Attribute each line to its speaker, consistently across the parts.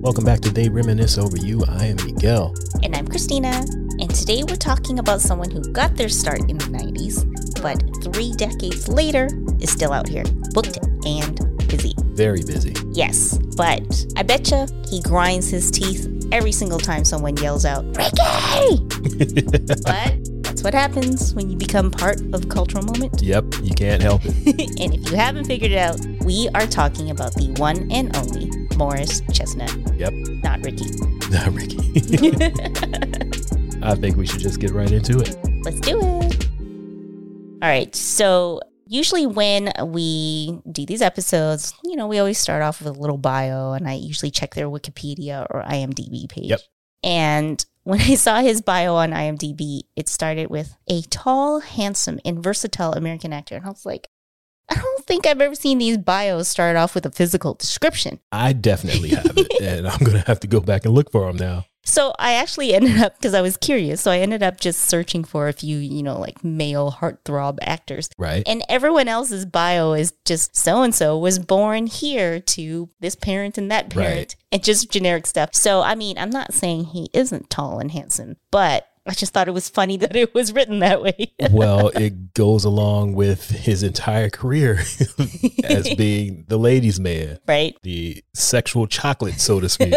Speaker 1: Welcome back to They Reminisce Over You. I am Miguel.
Speaker 2: And I'm Christina. And today we're talking about someone who got their start in the 90s, but three decades later is still out here, booked and busy.
Speaker 1: Very busy.
Speaker 2: Yes, but I betcha he grinds his teeth every single time someone yells out, Ricky! but that's what happens when you become part of Cultural Moment.
Speaker 1: Yep, you can't help it.
Speaker 2: and if you haven't figured it out, we are talking about the one and only Morris Chestnut.
Speaker 1: Yep.
Speaker 2: Not Ricky.
Speaker 1: Not Ricky. I think we should just get right into it.
Speaker 2: Let's do it. All right. So, usually when we do these episodes, you know, we always start off with a little bio, and I usually check their Wikipedia or IMDb page.
Speaker 1: Yep.
Speaker 2: And when I saw his bio on IMDb, it started with a tall, handsome, and versatile American actor. And I was like, I don't think I've ever seen these bios start off with a physical description.
Speaker 1: I definitely have it, and I'm going to have to go back and look for him now.
Speaker 2: So I actually ended up because I was curious. So I ended up just searching for a few, you know, like male heartthrob actors.
Speaker 1: Right?
Speaker 2: And everyone else's bio is just so and so was born here to this parent and that parent
Speaker 1: Right.
Speaker 2: and just generic stuff. So, I mean, I'm not saying he isn't tall and handsome, but I just thought it was funny that it was written that way.
Speaker 1: Well, it goes along with his entire career as being the ladies' man,
Speaker 2: right?
Speaker 1: the sexual chocolate, so to speak.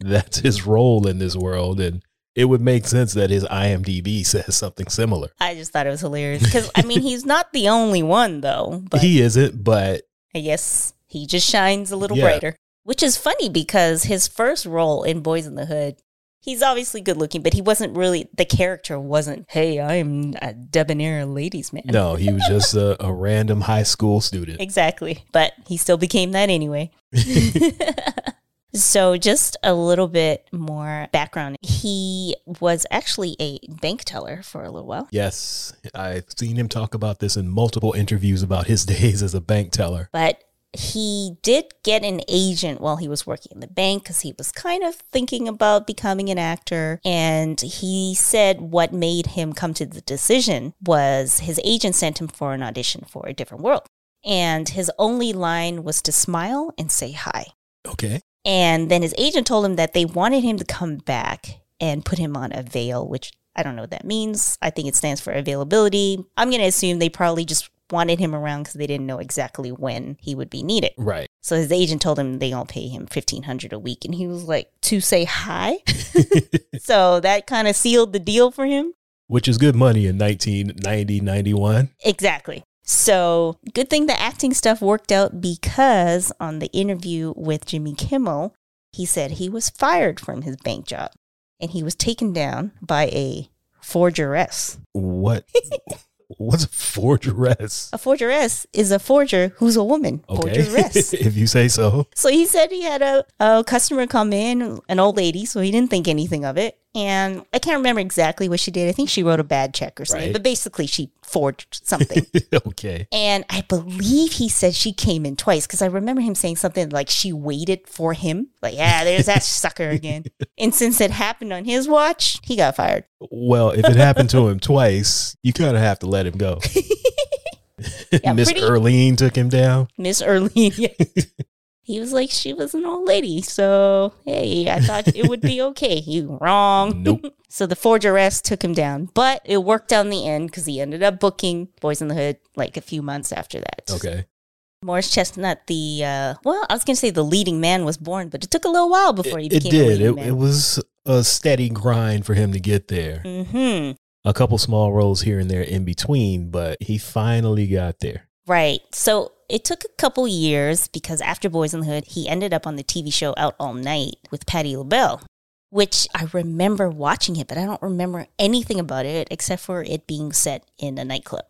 Speaker 1: That's his role in this world. And it would make sense that his IMDb says something similar.
Speaker 2: I just thought it was hilarious because, I mean, he's not the only one, though. But
Speaker 1: he isn't, but
Speaker 2: I guess he just shines a little
Speaker 1: Yeah.
Speaker 2: brighter. Which is funny because his first role in Boys in the Hood, he's obviously good looking, but he wasn't really, the character wasn't, hey, I am a debonair ladies man.
Speaker 1: no, he was just a, a random high school student.
Speaker 2: Exactly. But he still became that anyway. so, just a little bit more background. He was actually a bank teller for a little while.
Speaker 1: Yes, I've seen him talk about this in multiple interviews about his days as a bank teller.
Speaker 2: but he did get an agent while he was working in the bank because he was kind of thinking about becoming an actor. And he said what made him come to the decision was his agent sent him for an audition for a different world. And his only line was to smile and say hi.
Speaker 1: Okay.
Speaker 2: And then his agent told him that they wanted him to come back and put him on a veil, which I don't know what that means. I think it stands for availability. I'm going to assume they probably just wanted him around because they didn't know exactly when he would be needed.
Speaker 1: Right.
Speaker 2: So his agent told him they gonna pay him fifteen hundred a week, and he was like to say hi. so that kind of sealed the deal for him.
Speaker 1: Which is good money in 1990, 91.
Speaker 2: Exactly. So good thing the acting stuff worked out because on the interview with Jimmy Kimmel, he said he was fired from his bank job and he was taken down by a forgeress.
Speaker 1: What? What's a forgeress?
Speaker 2: A forgeress is a forger who's a woman.
Speaker 1: Okay.
Speaker 2: Forgeress.
Speaker 1: if you say so.
Speaker 2: So he said he had a, a customer come in, an old lady, so he didn't think anything of it. And I can't remember exactly what she did. I think she wrote a bad check or something,
Speaker 1: Right.
Speaker 2: but basically she forged something.
Speaker 1: okay.
Speaker 2: and I believe he said she came in twice because I remember him saying something like she waited for him. Like, yeah, there's that sucker again. And since it happened on his watch, he got fired.
Speaker 1: Well, if it happened to him twice, you kind of have to let him go. Miss
Speaker 2: pretty-
Speaker 1: Erlene took him down.
Speaker 2: Miss Early. he was like, she was an old lady. So, hey, I thought it would be okay. You wrong.
Speaker 1: Nope.
Speaker 2: So the forgeress took him down, but it worked out in the end because he ended up booking Boys in the Hood like a few months after that.
Speaker 1: Okay.
Speaker 2: Morris Chestnut, the uh, well, I was gonna say the leading man was born, but it took a little while before he
Speaker 1: It, it
Speaker 2: became a
Speaker 1: did.
Speaker 2: leading
Speaker 1: It,
Speaker 2: man.
Speaker 1: it was a steady grind for him to get there.
Speaker 2: mm-hmm.
Speaker 1: A couple small roles here and there in between, but he finally got there.
Speaker 2: Right. So it took a couple years because after Boys in the Hood, he ended up on the TV show Out All Night with Patti LaBelle, which I remember watching it, but I don't remember anything about it except for it being set in a nightclub.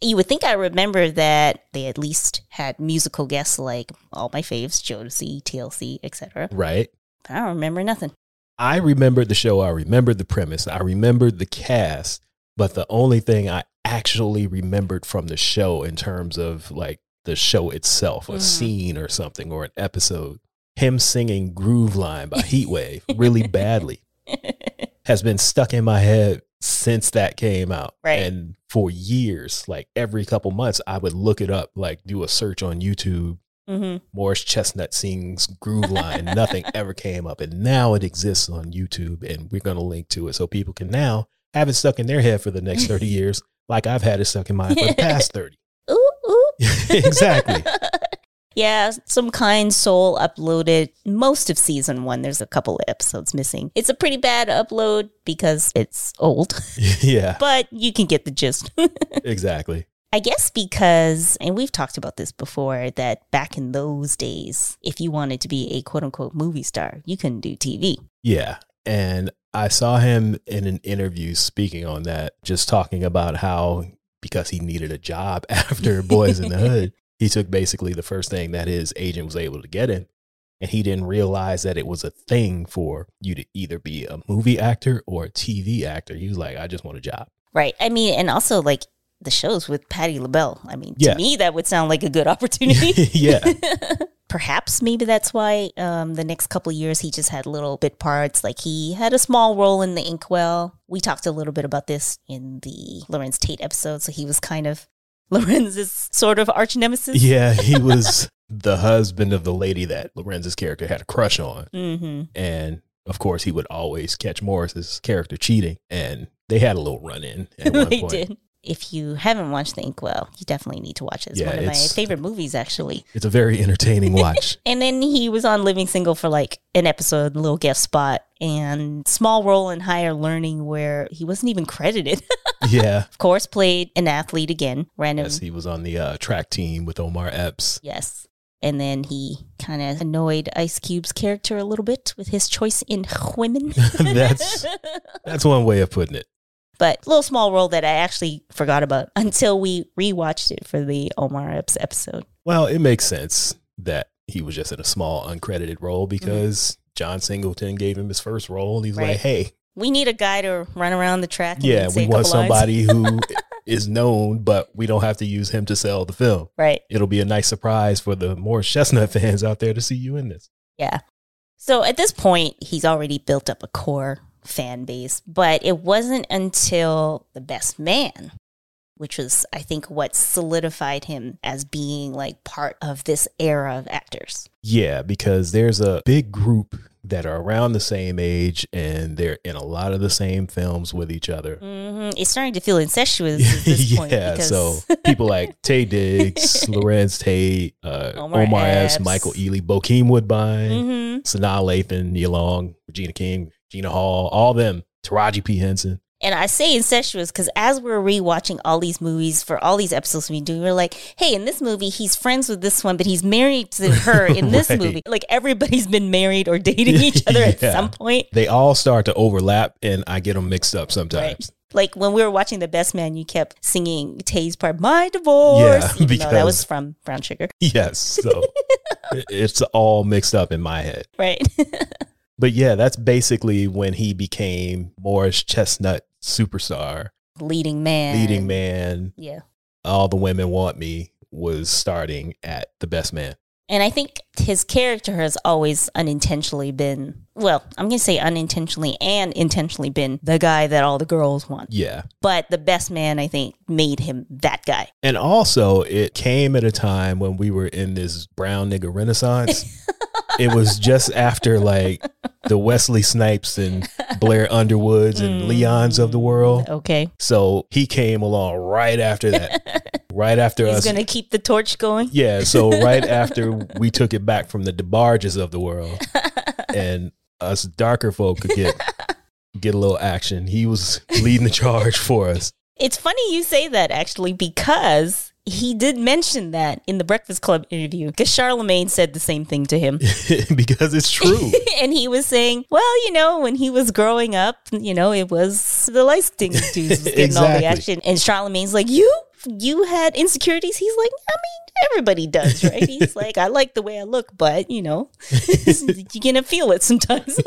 Speaker 2: You would think I remember that they at least had musical guests like all my faves, Jodeci, TLC, etc.
Speaker 1: Right.
Speaker 2: But I don't remember nothing.
Speaker 1: I remembered the show. I remembered the premise. I remembered the cast. But the only thing I actually remembered from the show in terms of like the show itself, a
Speaker 2: Mhm.
Speaker 1: scene or something or an episode, him singing Groove Line by Heatwave really badly has been stuck in my head since that came out.
Speaker 2: Right.
Speaker 1: And for years, like every couple months, I would look it up, like do a search on YouTube
Speaker 2: hmm
Speaker 1: Morris Chestnut sings Groove Line. Nothing ever came up. And now it exists on YouTube and we're going to link to it so people can now have it stuck in their head for the next 30 years, like I've had it stuck in mine for the past 30.
Speaker 2: Ooh, ooh.
Speaker 1: exactly.
Speaker 2: yeah, some kind soul uploaded most of season one. There's a couple of episodes missing. It's a pretty bad upload because it's old,
Speaker 1: yeah,
Speaker 2: but you can get the gist.
Speaker 1: exactly.
Speaker 2: I guess because, and we've talked about this before, that back in those days, if you wanted to be a quote unquote movie star, you couldn't do TV.
Speaker 1: Yeah. And I saw him in an interview speaking on that, just talking about how because he needed a job after Boys in the Hood, he took basically the first thing that his agent was able to get him. And he didn't realize that it was a thing for you to either be a movie actor or a TV actor. He was like, I just want a job.
Speaker 2: Right. I mean, and also like the shows with Patti LaBelle. I mean,
Speaker 1: Yeah.
Speaker 2: to me, that would sound like a good opportunity.
Speaker 1: yeah.
Speaker 2: Perhaps maybe that's why um, the next couple of years he just had little bit parts. Like he had a small role in The Inkwell. We talked a little bit about this in the Lorenz Tate episode. So he was kind of Lorenz's sort of arch nemesis.
Speaker 1: Yeah. He was the husband of the lady that Lorenz's character had a crush on.
Speaker 2: Mm-hmm.
Speaker 1: And of course, he would always catch Morris's character cheating. And they had a little run in at one
Speaker 2: they
Speaker 1: point.
Speaker 2: did. If you haven't watched The Inkwell, you definitely need to watch it. It's
Speaker 1: Yeah,
Speaker 2: one of
Speaker 1: it's-
Speaker 2: my favorite movies, actually.
Speaker 1: It's a very entertaining watch.
Speaker 2: And then he was on Living Single for like an episode, little guest spot, and small role in Higher Learning where he wasn't even credited.
Speaker 1: yeah.
Speaker 2: of course, played an athlete again, random.
Speaker 1: Yes, he was on the uh, track team with Omar Epps.
Speaker 2: Yes. And then he kind of annoyed Ice Cube's character a little bit with his choice in women.
Speaker 1: That's- That's one way of putting it.
Speaker 2: but little small role that I actually forgot about until we rewatched it for the Omar Epps episode.
Speaker 1: Well, it makes sense that he was just in a small uncredited role because John Singleton gave him his first role. He's
Speaker 2: Mm-hmm. Right.
Speaker 1: like, "Hey,
Speaker 2: We need a guy to run around the track. And
Speaker 1: yeah,
Speaker 2: say
Speaker 1: we
Speaker 2: a
Speaker 1: want
Speaker 2: couple lines.
Speaker 1: somebody who is known, but we don't have to use him to sell the film.
Speaker 2: Right.
Speaker 1: It'll be a nice surprise for the Morris Chestnut fans out there to see you in this."
Speaker 2: Yeah. So at this point, he's already built up a core fan base, but it wasn't until The Best Man, which was, I think, what solidified him as being like part of this era of actors.
Speaker 1: Yeah, because there's a big group that are around the same age and they're in a lot of the same films with each other.
Speaker 2: hmm It's starting to feel incestuous at this point. because-
Speaker 1: so people like Tay Diggs, Lorenz Tate, uh,
Speaker 2: Omar
Speaker 1: Omar, Epps,
Speaker 2: Epps.
Speaker 1: Michael Ealy, Bokeem Woodbine,
Speaker 2: Mhm.
Speaker 1: Sanaa Lathan, Nia Long, Regina King, Gina Hall, all them, Taraji P. Henson.
Speaker 2: And I say incestuous because as we're rewatching all these movies for all these episodes we do, we're like, hey, in this movie, he's friends with this one, but he's married to her in this
Speaker 1: Right.
Speaker 2: movie. Like everybody's been married or dating each other at
Speaker 1: Yeah.
Speaker 2: some point.
Speaker 1: They all start to overlap, and I get them mixed up sometimes.
Speaker 2: Like when we were watching The Best Man, you kept singing Tay's part, My Divorce.
Speaker 1: Yeah,
Speaker 2: even though that was
Speaker 1: because-
Speaker 2: from Brown Sugar.
Speaker 1: Yes, so it- it's all mixed up in my head.
Speaker 2: Right.
Speaker 1: But yeah, that's basically when he became Morris Chestnut superstar,
Speaker 2: Leading man.
Speaker 1: leading man.
Speaker 2: Yeah.
Speaker 1: All the women want me was starting at the best man.
Speaker 2: And I think his character has always unintentionally been, well, I'm going to say unintentionally and intentionally been the guy that all the girls want.
Speaker 1: Yeah.
Speaker 2: but the best man I think made him that guy.
Speaker 1: And also, it came at a time when we were in this brown nigga renaissance. it was just after like the Wesley Snipes and Blair Underwoods and Leons of the world.
Speaker 2: Okay.
Speaker 1: So he came along right after that, right after
Speaker 2: He's
Speaker 1: us.
Speaker 2: going to keep the torch going.
Speaker 1: yeah. So right after we took it back from the DeBarges of the world and us darker folk could get. Get a little action. He was leading the charge for us.
Speaker 2: It's funny you say that actually because he did mention that in the Breakfast Club interview because Charlemagne said the same thing to him.
Speaker 1: because it's true.
Speaker 2: and he was saying, well, you know, when he was growing up, you know, it was the light skin dudes was getting all the
Speaker 1: Exactly.
Speaker 2: action. And Charlemagne's like, you, you had insecurities. He's like, I mean, everybody does, right? He's like, I like the way I look, but you know, you're gonna feel it sometimes.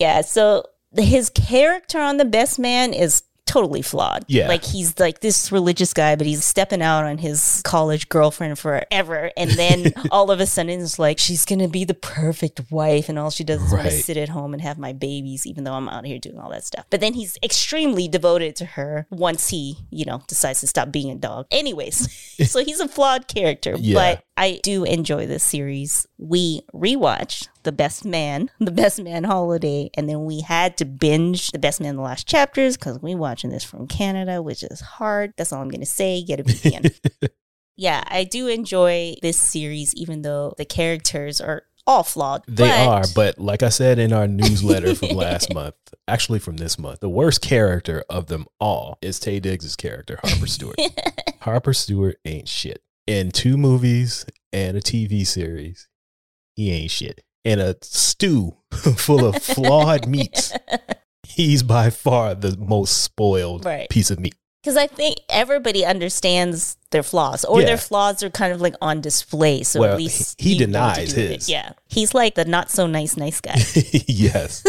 Speaker 2: yeah. So his character on The Best Man is totally flawed.
Speaker 1: Yeah.
Speaker 2: Like he's like this religious guy, but he's stepping out on his college girlfriend forever. And then all of a sudden it's like, she's going to be the perfect wife. And all she does is want to
Speaker 1: Right.
Speaker 2: sit at home and have my babies, even though I'm out here doing all that stuff. But then he's extremely devoted to her once he, you know, decides to stop being a dog. Anyways, so he's a flawed character,
Speaker 1: Yeah.
Speaker 2: but I do enjoy this series. We rewatched The Best Man, The Best Man Holiday, and then we had to binge The Best Man The Last Chapters because we watching this from Canada, which is hard. That's all I'm going to say. Get a VPN. yeah, I do enjoy this series, even though the characters are all flawed.
Speaker 1: They
Speaker 2: but-
Speaker 1: are, but like I said in our newsletter from last month, actually from this month, the worst character of them all is Tay Diggs' character, Harper Stewart. Harper Stewart ain't shit. In two movies and a TV series, he ain't shit. In a stew full of flawed meats, he's by far the most spoiled
Speaker 2: Right.
Speaker 1: piece of meat.
Speaker 2: Because I think everybody understands their flaws, or
Speaker 1: Yeah.
Speaker 2: their flaws are kind of like on display. So
Speaker 1: Well,
Speaker 2: at least
Speaker 1: he- he
Speaker 2: you know what to
Speaker 1: denies
Speaker 2: do with it.
Speaker 1: his.
Speaker 2: Yeah, he's like the not so nice nice guy.
Speaker 1: yes.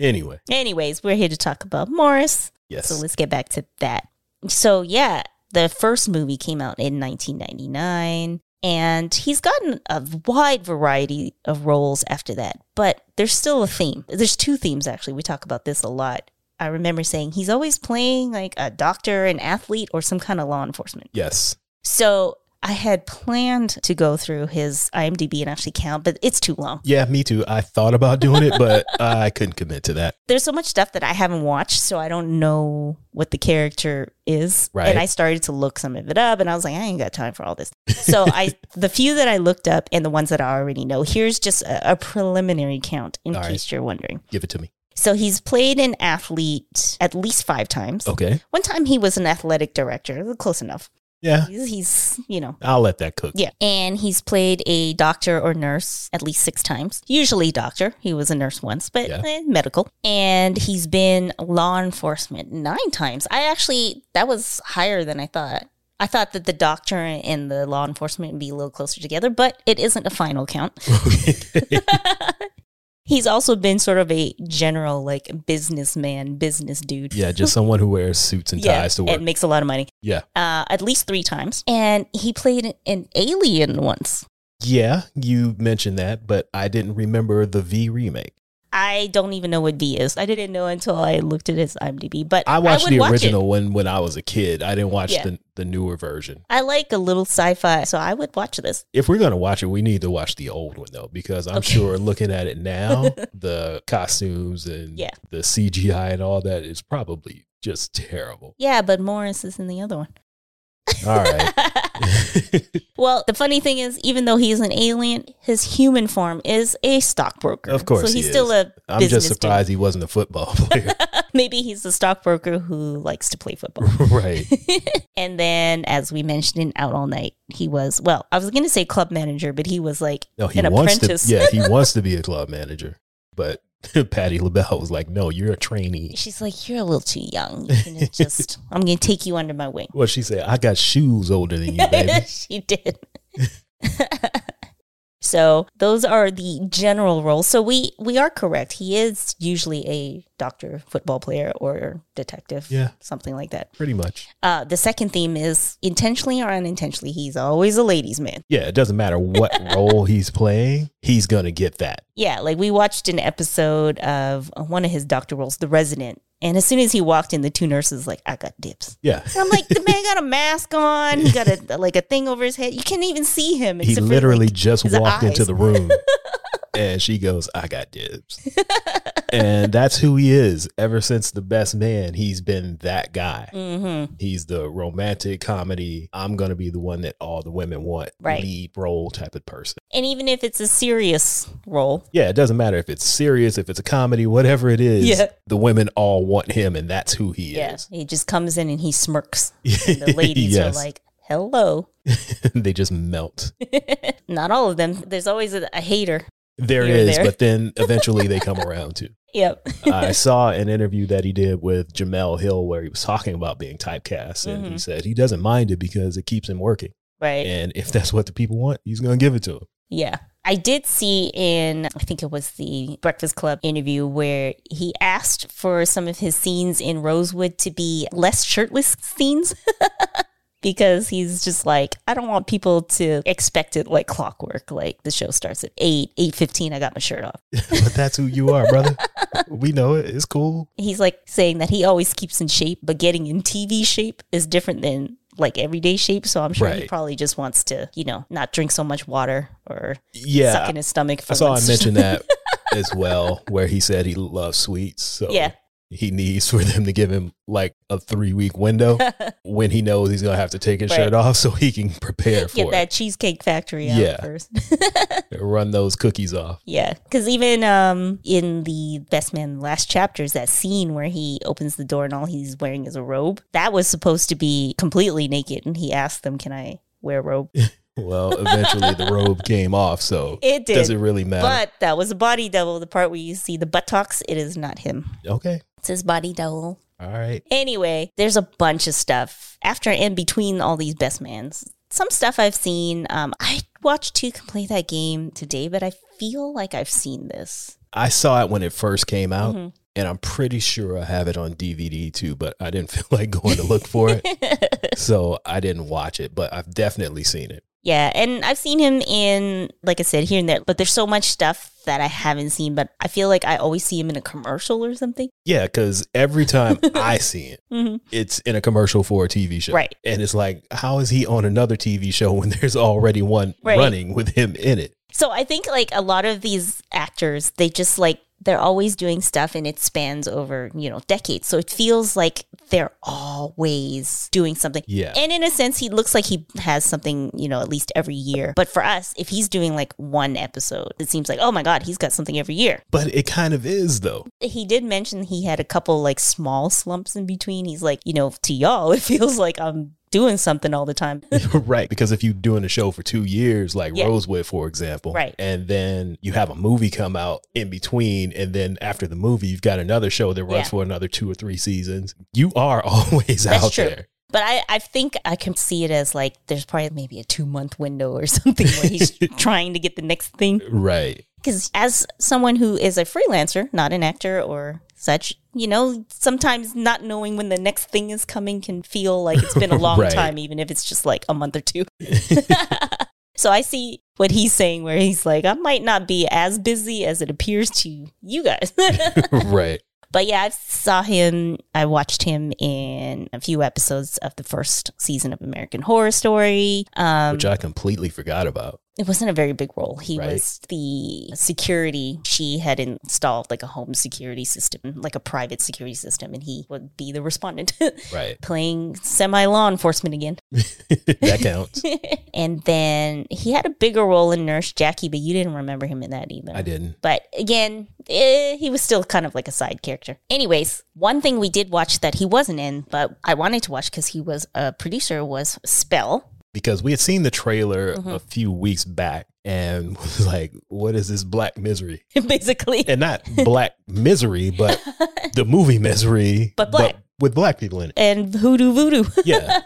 Speaker 1: anyway,
Speaker 2: Anyways, we're here to talk about Morris.
Speaker 1: yes.
Speaker 2: So let's get back to that. So yeah, the first movie came out in 1999 and he's gotten a wide variety of roles after that, but there's still a theme. There's two themes actually. We talk about this a lot. I remember saying he's always playing like a doctor, an athlete, or some kind of law enforcement.
Speaker 1: yes.
Speaker 2: So I had planned to go through his IMDb and actually count, but it's too long.
Speaker 1: Yeah, me too. I thought about doing it, but I couldn't commit to that.
Speaker 2: there's so much stuff that I haven't watched, so I don't know what the character is.
Speaker 1: Right.
Speaker 2: And I started to look some of it up, and I was like, I ain't got time for all this. So I, the few that I looked up, and the ones that I already know, here's just a, a preliminary count in
Speaker 1: All right.
Speaker 2: case you're wondering.
Speaker 1: Give it to me.
Speaker 2: So he's played an athlete at least five times.
Speaker 1: Okay.
Speaker 2: One time he was an athletic director, close enough.
Speaker 1: Yeah.
Speaker 2: He's, he's you know.
Speaker 1: I'll let that cook.
Speaker 2: Yeah. And he's played a doctor or nurse at least six times. Usually doctor. He was a nurse once, but
Speaker 1: Yeah.
Speaker 2: eh, medical. And he's been law enforcement nine times. I actually, that was higher than I thought. I thought that the doctor and the law enforcement would be a little closer together, but it isn't a final count. He's also been sort of a general, like businessman, business dude.
Speaker 1: yeah, just someone who wears suits and ties to work.
Speaker 2: and makes a lot of money.
Speaker 1: yeah.
Speaker 2: Uh, at least three times. And he played an alien once.
Speaker 1: Yeah, you mentioned that, but I didn't remember the V remake.
Speaker 2: I don't even know what V is. I didn't know until I looked at his IMDb. But
Speaker 1: I watched
Speaker 2: would
Speaker 1: the
Speaker 2: watch it.
Speaker 1: original when when I was a kid. I didn't watch
Speaker 2: Yeah.
Speaker 1: the the newer version.
Speaker 2: I like a little sci-fi, so I would watch this.
Speaker 1: If we're gonna watch it, we need to watch the old one though, because I'm
Speaker 2: Okay.
Speaker 1: sure looking at it now, the costumes and
Speaker 2: Yeah.
Speaker 1: the CGI and all that is probably just terrible.
Speaker 2: Yeah, but Morris is in the other one.
Speaker 1: All right.
Speaker 2: well, the funny thing is, even though he's an alien, his human form is a stockbroker.
Speaker 1: Of course
Speaker 2: so
Speaker 1: he
Speaker 2: he's still a.
Speaker 1: I'm
Speaker 2: business
Speaker 1: just surprised he wasn't a football player.
Speaker 2: dude. Maybe he's a stockbroker who likes to play football.
Speaker 1: right.
Speaker 2: and then, as we mentioned in Out All Night, he was well. I was going to say club manager, but he was like
Speaker 1: No, he
Speaker 2: an
Speaker 1: wants
Speaker 2: apprentice.
Speaker 1: to. Yeah, he wants to be a club manager, but Patty LaBelle was like, "No, you're a trainee."
Speaker 2: She's like, You're a little too young. You can just, I'm going to take you under my wing.
Speaker 1: Well, she said, "I got shoes older than you, baby."
Speaker 2: she did. so those are the general roles. So we, we are correct. He is usually a doctor, football player, or detective.
Speaker 1: Yeah.
Speaker 2: Something like that.
Speaker 1: Pretty much.
Speaker 2: Uh, the second theme is intentionally or unintentionally, he's always a ladies' man.
Speaker 1: Yeah, it doesn't matter what role he's playing, he's gonna get that.
Speaker 2: Yeah, like we watched an episode of one of his doctor roles, The Resident. And as soon as he walked in, the two nurses like, I got dips.
Speaker 1: Yeah,
Speaker 2: And I'm like, the man got a mask on. He got a like a thing over his head. You can't even see him.
Speaker 1: he
Speaker 2: except for,
Speaker 1: literally
Speaker 2: like-
Speaker 1: just
Speaker 2: his
Speaker 1: walked into
Speaker 2: eyes.
Speaker 1: the room, and she goes, "I got dibs," and that's who he is. Ever since the best man, he's been that guy.
Speaker 2: Mhm.
Speaker 1: He's the romantic comedy. I'm gonna be the one that all the women want,
Speaker 2: Right.
Speaker 1: lead role type of person.
Speaker 2: And even if it's a serious role,
Speaker 1: Yeah, it doesn't matter if it's serious, if it's a comedy, whatever it is.
Speaker 2: Yeah.
Speaker 1: The women all want him, and that's who he
Speaker 2: yeah,
Speaker 1: is.
Speaker 2: he just comes in and he smirks. And the ladies
Speaker 1: Yes.
Speaker 2: are like, hello.
Speaker 1: they just melt.
Speaker 2: Not all of them. There's always a, a hater.
Speaker 1: There
Speaker 2: Here,
Speaker 1: is,
Speaker 2: there.
Speaker 1: but then eventually they come around too.
Speaker 2: Yep.
Speaker 1: I saw an interview that he did with Jamel Hill where he was talking about being typecast, and he
Speaker 2: Mhm.
Speaker 1: said he doesn't mind it because it keeps him working.
Speaker 2: Right. Yeah.
Speaker 1: And if that's what the people want, he's going to give it to him.
Speaker 2: I did see in, I think it was the Breakfast Club interview where he asked for some of his scenes in Rosewood to be less shirtless scenes. because he's just like I don't want people to expect it like clockwork. Like the show starts at eight, eight fifteen. I got my shirt off.
Speaker 1: but that's who you are, brother. we know it. It's cool.
Speaker 2: He's like saying that he always keeps in shape, but getting in TV shape is different than like everyday shape. So I'm sure he
Speaker 1: Right.
Speaker 2: probably just wants to, you know, not drink so much water or suck
Speaker 1: Yeah,
Speaker 2: in his stomach. For
Speaker 1: I saw I
Speaker 2: once.
Speaker 1: mentioned that as well, where he said he loves sweets. So
Speaker 2: Yeah.
Speaker 1: he needs for them to give him like a three week window when he knows he's gonna have to take his
Speaker 2: Right.
Speaker 1: shirt off so he can prepare for
Speaker 2: Get
Speaker 1: it.
Speaker 2: that cheesecake factory out
Speaker 1: Yeah.
Speaker 2: first.
Speaker 1: Run those cookies off.
Speaker 2: Yeah, because even um, in the Best Man last chapters, that scene where he opens the door and all he's wearing is a robe, that was supposed to be completely naked. And he asked them, Can I wear a robe?
Speaker 1: Well, eventually the robe came off, so
Speaker 2: It did.
Speaker 1: doesn't really matter.
Speaker 2: but that was a body double. The part where you see the buttocks, it is not him.
Speaker 1: okay.
Speaker 2: It's his body double.
Speaker 1: All right.
Speaker 2: Anyway, there's a bunch of stuff after and between all these best mans. Some stuff I've seen. Um, I watched two can play that game today, but I feel like I've seen this.
Speaker 1: I saw it when it first came out,
Speaker 2: Mhm.
Speaker 1: and I'm pretty sure I have it on DVD too, but I didn't feel like going to look
Speaker 2: Mm-hmm.
Speaker 1: for it. so I didn't watch it, but I've definitely seen it.
Speaker 2: Yeah, and I've seen him in, like I said, here and there, but there's so much stuff that I haven't seen, but I feel like I always see him in a commercial or something.
Speaker 1: Yeah, because every time I see it,
Speaker 2: hmm
Speaker 1: it's in a commercial for a TV show.
Speaker 2: Right.
Speaker 1: And it's like, how is he on another TV show when there's already one
Speaker 2: Right.
Speaker 1: running with him in it?
Speaker 2: So I think like a lot of these actors, they just like, they're always doing stuff and it spans over, you know, decades. So it feels like they're always doing something.
Speaker 1: Yeah.
Speaker 2: And in a sense, he looks like he has something, you know, at least every year. But for us, if he's doing like one episode, it seems like, oh my God, he's got something every year.
Speaker 1: But it kind of is, though.
Speaker 2: he did mention he had a couple like small slumps in between. He's like, you know, to y'all, it feels like I'm doing something all the time.
Speaker 1: right. Because if you're doing a show for two years, like
Speaker 2: Yeah.
Speaker 1: Rosewood, for example,
Speaker 2: Right.
Speaker 1: and then you have a movie come out in between, and then after the movie, you've got another show that runs
Speaker 2: Yeah.
Speaker 1: for another two or three seasons, you are always
Speaker 2: That's
Speaker 1: out
Speaker 2: true.
Speaker 1: there.
Speaker 2: but I, I think I can see it as like there's probably maybe a two month window or something where he's trying to get the next thing.
Speaker 1: Right.
Speaker 2: Because as someone who is a freelancer, not an actor or such, you know, sometimes not knowing when the next thing is coming can feel like it's been a long
Speaker 1: Right.
Speaker 2: time, even if it's just like a month or two. so I see what he's saying, where he's like, I might not be as busy as it appears to you guys.
Speaker 1: right.
Speaker 2: but yeah, I saw him, I watched him in a few episodes of the first season of American Horror Story. Um,
Speaker 1: Which I completely forgot about.
Speaker 2: it wasn't a very big role. He
Speaker 1: Right.
Speaker 2: was the security. She had installed like a home security system, like a private security system, and he would be the respondent
Speaker 1: Right.
Speaker 2: playing semi law enforcement again.
Speaker 1: that counts.
Speaker 2: and then he had a bigger role in Nurse Jackie, but you didn't remember him in that either.
Speaker 1: I didn't.
Speaker 2: But again, eh, he was still kind of like a side character. Anyways, one thing we did watch that he wasn't in, but I wanted to watch because he was a producer, was Spell.
Speaker 1: because we had seen the trailer
Speaker 2: Mhm.
Speaker 1: a few weeks back and was like, what is this black misery?
Speaker 2: Basically,
Speaker 1: And not black misery, but the movie misery,
Speaker 2: But black.
Speaker 1: with black people in it.
Speaker 2: and hoodoo voodoo.
Speaker 1: Yeah.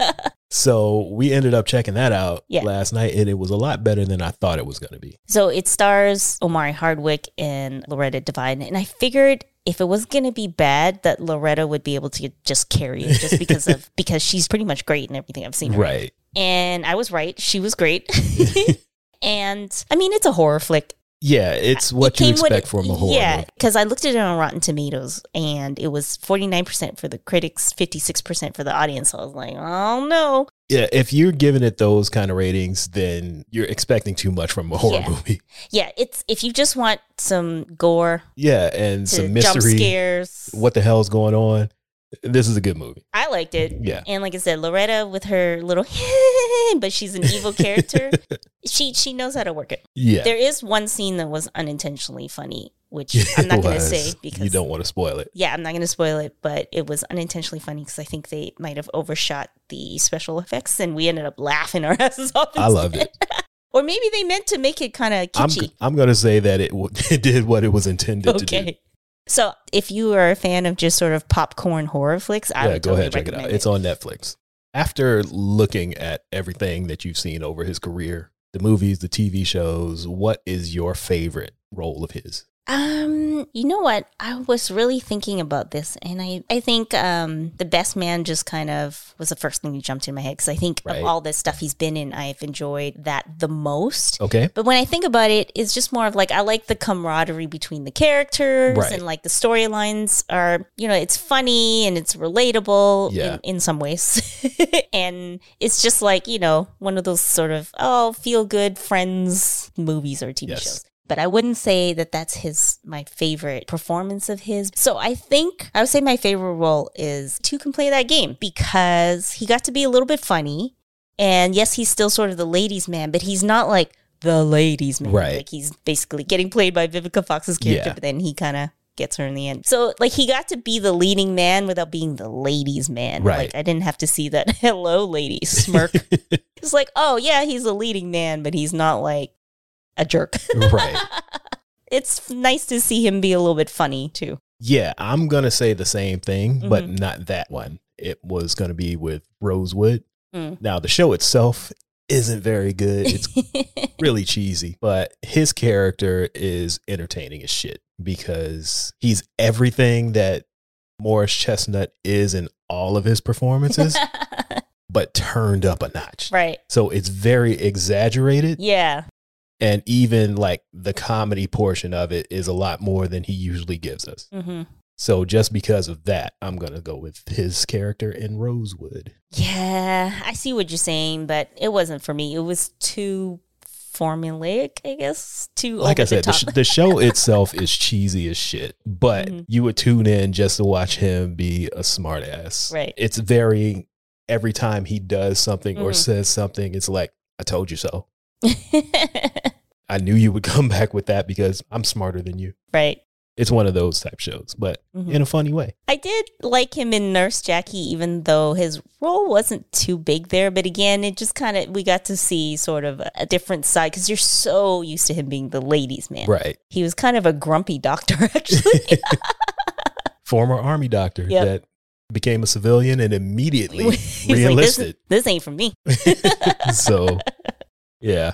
Speaker 1: so we ended up checking that out
Speaker 2: Yeah.
Speaker 1: last night, and it was a lot better than I thought it was going to be.
Speaker 2: So it stars Omari Hardwick and Loretta Devine. And I figured if it was going to be bad, that Loretta would be able to just carry it just because of, because she's pretty much great in everything I've seen her. in.
Speaker 1: Right.
Speaker 2: And I was right. She was great. and I mean, it's a horror flick.
Speaker 1: Yeah, it's what
Speaker 2: It
Speaker 1: you
Speaker 2: came with-
Speaker 1: expect from a horror
Speaker 2: Yeah.
Speaker 1: movie.
Speaker 2: Because I looked at it on Rotten Tomatoes and it was 49% for the critics, 56% for the audience. So I was like, oh no.
Speaker 1: Yeah, if you're giving it those kind of ratings, then you're expecting too much from a horror
Speaker 2: Yeah.
Speaker 1: movie.
Speaker 2: Yeah. It's, if you just want some gore,
Speaker 1: Yeah, and
Speaker 2: to
Speaker 1: some
Speaker 2: jump
Speaker 1: mystery.
Speaker 2: scares.
Speaker 1: What the hell's going on? This is a good movie.
Speaker 2: I liked it.
Speaker 1: Yeah.
Speaker 2: And like I said, Loretta with her little, but she's an evil character. she she knows how to work it.
Speaker 1: Yeah.
Speaker 2: There is one scene that was unintentionally funny, which I'm not
Speaker 1: It
Speaker 2: going to
Speaker 1: was.
Speaker 2: say because
Speaker 1: you don't want to spoil it.
Speaker 2: Yeah, I'm not going to spoil it, but it was unintentionally funny because I think they might have overshot the special effects, and we ended up laughing our asses off.
Speaker 1: I loved it.
Speaker 2: Or maybe they meant to make it kind of
Speaker 1: I'm
Speaker 2: kitschy.
Speaker 1: I'm gonna say that it, w- it did what it was intended to do.
Speaker 2: okay. So if you are a fan of just sort of popcorn horror flicks, I
Speaker 1: yeah,
Speaker 2: would
Speaker 1: go
Speaker 2: totally
Speaker 1: ahead check it out.
Speaker 2: recommend
Speaker 1: It's on Netflix. After looking at everything that you've seen over his career, the movies, the TV shows, what is your favorite role of his?
Speaker 2: Um, you know what? I was really thinking about this, and I, I think um, the best man just kind of was the first thing that jumped in my head because I think
Speaker 1: Right.
Speaker 2: of all the stuff he's been in, I've enjoyed that the most.
Speaker 1: Okay.
Speaker 2: But when I think about it, it's just more of like I like the camaraderie between the characters
Speaker 1: Right.
Speaker 2: and like the storylines are, you know, it's funny and it's relatable
Speaker 1: Yeah.
Speaker 2: in, in some ways. and it's just like, you know, one of those sort of, oh, feel good friends movies or TV
Speaker 1: Yes.
Speaker 2: shows. But I wouldn't say that that's his my favorite performance of his. So I think I would say my favorite role is two can play that game because he got to be a little bit funny. And yes, he's still sort of the ladies' man, but he's not like the ladies' man.
Speaker 1: Right.
Speaker 2: Like he's basically getting played by Vivica Fox's character,
Speaker 1: Yeah.
Speaker 2: but then he kind of gets her in the end. So like he got to be the leading man without being the ladies' man.
Speaker 1: Right.
Speaker 2: Like I didn't have to see that hello lady smirk. it's like, oh yeah, he's a leading man, but he's not like a jerk.
Speaker 1: right.
Speaker 2: it's nice to see him be a little bit funny too.
Speaker 1: Yeah, I'm gonna say the same thing, but
Speaker 2: Mhm.
Speaker 1: not that one. It was gonna be with Rosewood.
Speaker 2: Mm.
Speaker 1: Now the show itself isn't very good. It's really cheesy, but his character is entertaining as shit because he's everything that Morris Chestnut is in all of his performances, but turned up a notch.
Speaker 2: right.
Speaker 1: So it's very exaggerated.
Speaker 2: Yeah.
Speaker 1: And even like the comedy portion of it is a lot more than he usually gives us.
Speaker 2: hmm
Speaker 1: So just because of that, I'm gonna go with his character in Rosewood.
Speaker 2: Yeah, I see what you're saying, but it wasn't for me. It was too formulaic, I guess. Too
Speaker 1: Like
Speaker 2: over
Speaker 1: I said, the,
Speaker 2: top.
Speaker 1: sh- the show itself is cheesy as shit, but
Speaker 2: Mhm.
Speaker 1: you would tune in just to watch him be a smartass.
Speaker 2: Right.
Speaker 1: It's very every time he does something or
Speaker 2: Mhm.
Speaker 1: says something, it's like I told you so. I knew you would come back with that because I'm smarter than you.
Speaker 2: right.
Speaker 1: It's one of those type shows, but
Speaker 2: Mhm.
Speaker 1: in a funny way.
Speaker 2: I did like him in Nurse Jackie, even though his role wasn't too big there. But again, it just kind of, we got to see sort of a, a different side because you're so used to him being the ladies' man.
Speaker 1: Right.
Speaker 2: He was kind of a grumpy doctor, actually.
Speaker 1: Former army doctor
Speaker 2: Yep.
Speaker 1: that became a civilian and
Speaker 2: He
Speaker 1: immediately
Speaker 2: was like, this,
Speaker 1: reenlisted.
Speaker 2: this ain't for me.
Speaker 1: so yeah.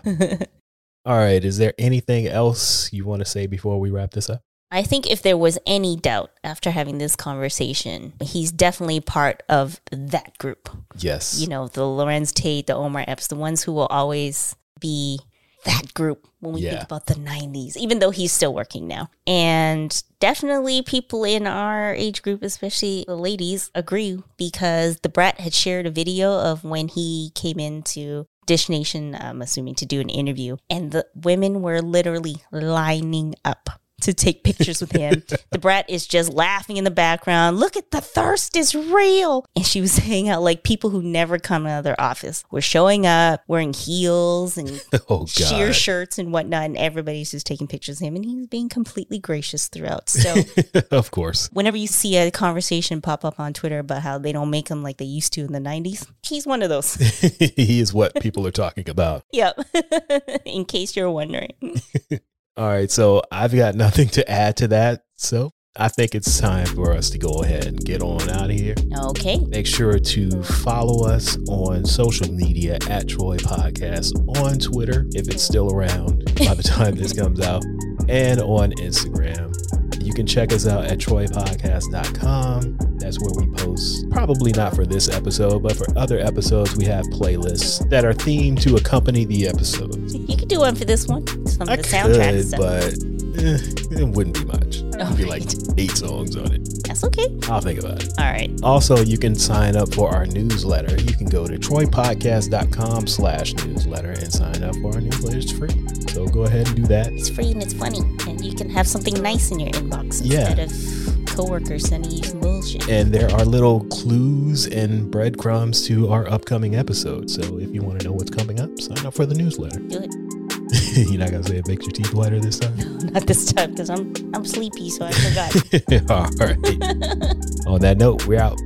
Speaker 1: All right. Is there anything else you want to say before we wrap this up?
Speaker 2: I think if there was any doubt after having this conversation, he's definitely part of that group.
Speaker 1: Yes.
Speaker 2: You know, the Lorenz Tate, the Omar Epps, the ones who will always be that group when we
Speaker 1: Yeah.
Speaker 2: think about the 90s, even though he's still working now. And definitely people in our age group, especially the ladies, agree because the brat had shared a video of when he came into Dish Nation, I'm assuming, to do an interview. And the women were literally lining up to take pictures with him. the brat is just laughing in the background. Look at the thirst is real. And she was saying how like people who never come out of their office were showing up wearing heels and
Speaker 1: oh god.
Speaker 2: sheer shirts and whatnot, and everybody's just taking pictures of him, and he's being completely gracious throughout. So
Speaker 1: of course.
Speaker 2: whenever you see a conversation pop up on Twitter about how they don't make him like they used to in the '90s, he's one of those.
Speaker 1: he is what people are talking about.
Speaker 2: yep. in case you're wondering.
Speaker 1: All right. So I've got nothing to add to that. So I think it's time for us to go ahead and get on out of here.
Speaker 2: Okay.
Speaker 1: Make sure to follow us on social media at Troy Podcast on Twitter if it's still around by the time this comes out, and on Instagram. You can check us out at troypodcast.com. That's where we post, probably not for this episode, but for other episodes, we have playlists that are themed to accompany the episodes.
Speaker 2: You could do one for this one. Some of
Speaker 1: I
Speaker 2: the soundtrack
Speaker 1: could,
Speaker 2: stuff.
Speaker 1: but eh, it wouldn't be much. It would be like
Speaker 2: Alright.
Speaker 1: eight songs on it.
Speaker 2: That's okay.
Speaker 1: I'll think about it.
Speaker 2: All right.
Speaker 1: Also, you can sign up for our newsletter. You can go to troypodcast.com slash newsletter and sign up for our newsletter. It's free. So go ahead and do that.
Speaker 2: It's free and it's funny, and you can have something nice in your inbox
Speaker 1: Yeah.
Speaker 2: instead of coworkers sending you some bullshit.
Speaker 1: And there are little clues and breadcrumbs to our upcoming episode. So if you want to know what's coming up, sign up for the newsletter.
Speaker 2: Do it.
Speaker 1: You're not going to say it makes your teeth whiter this time?
Speaker 2: Not this time because I'm I'm sleepy, so I forgot.
Speaker 1: All right. On that note, we're out.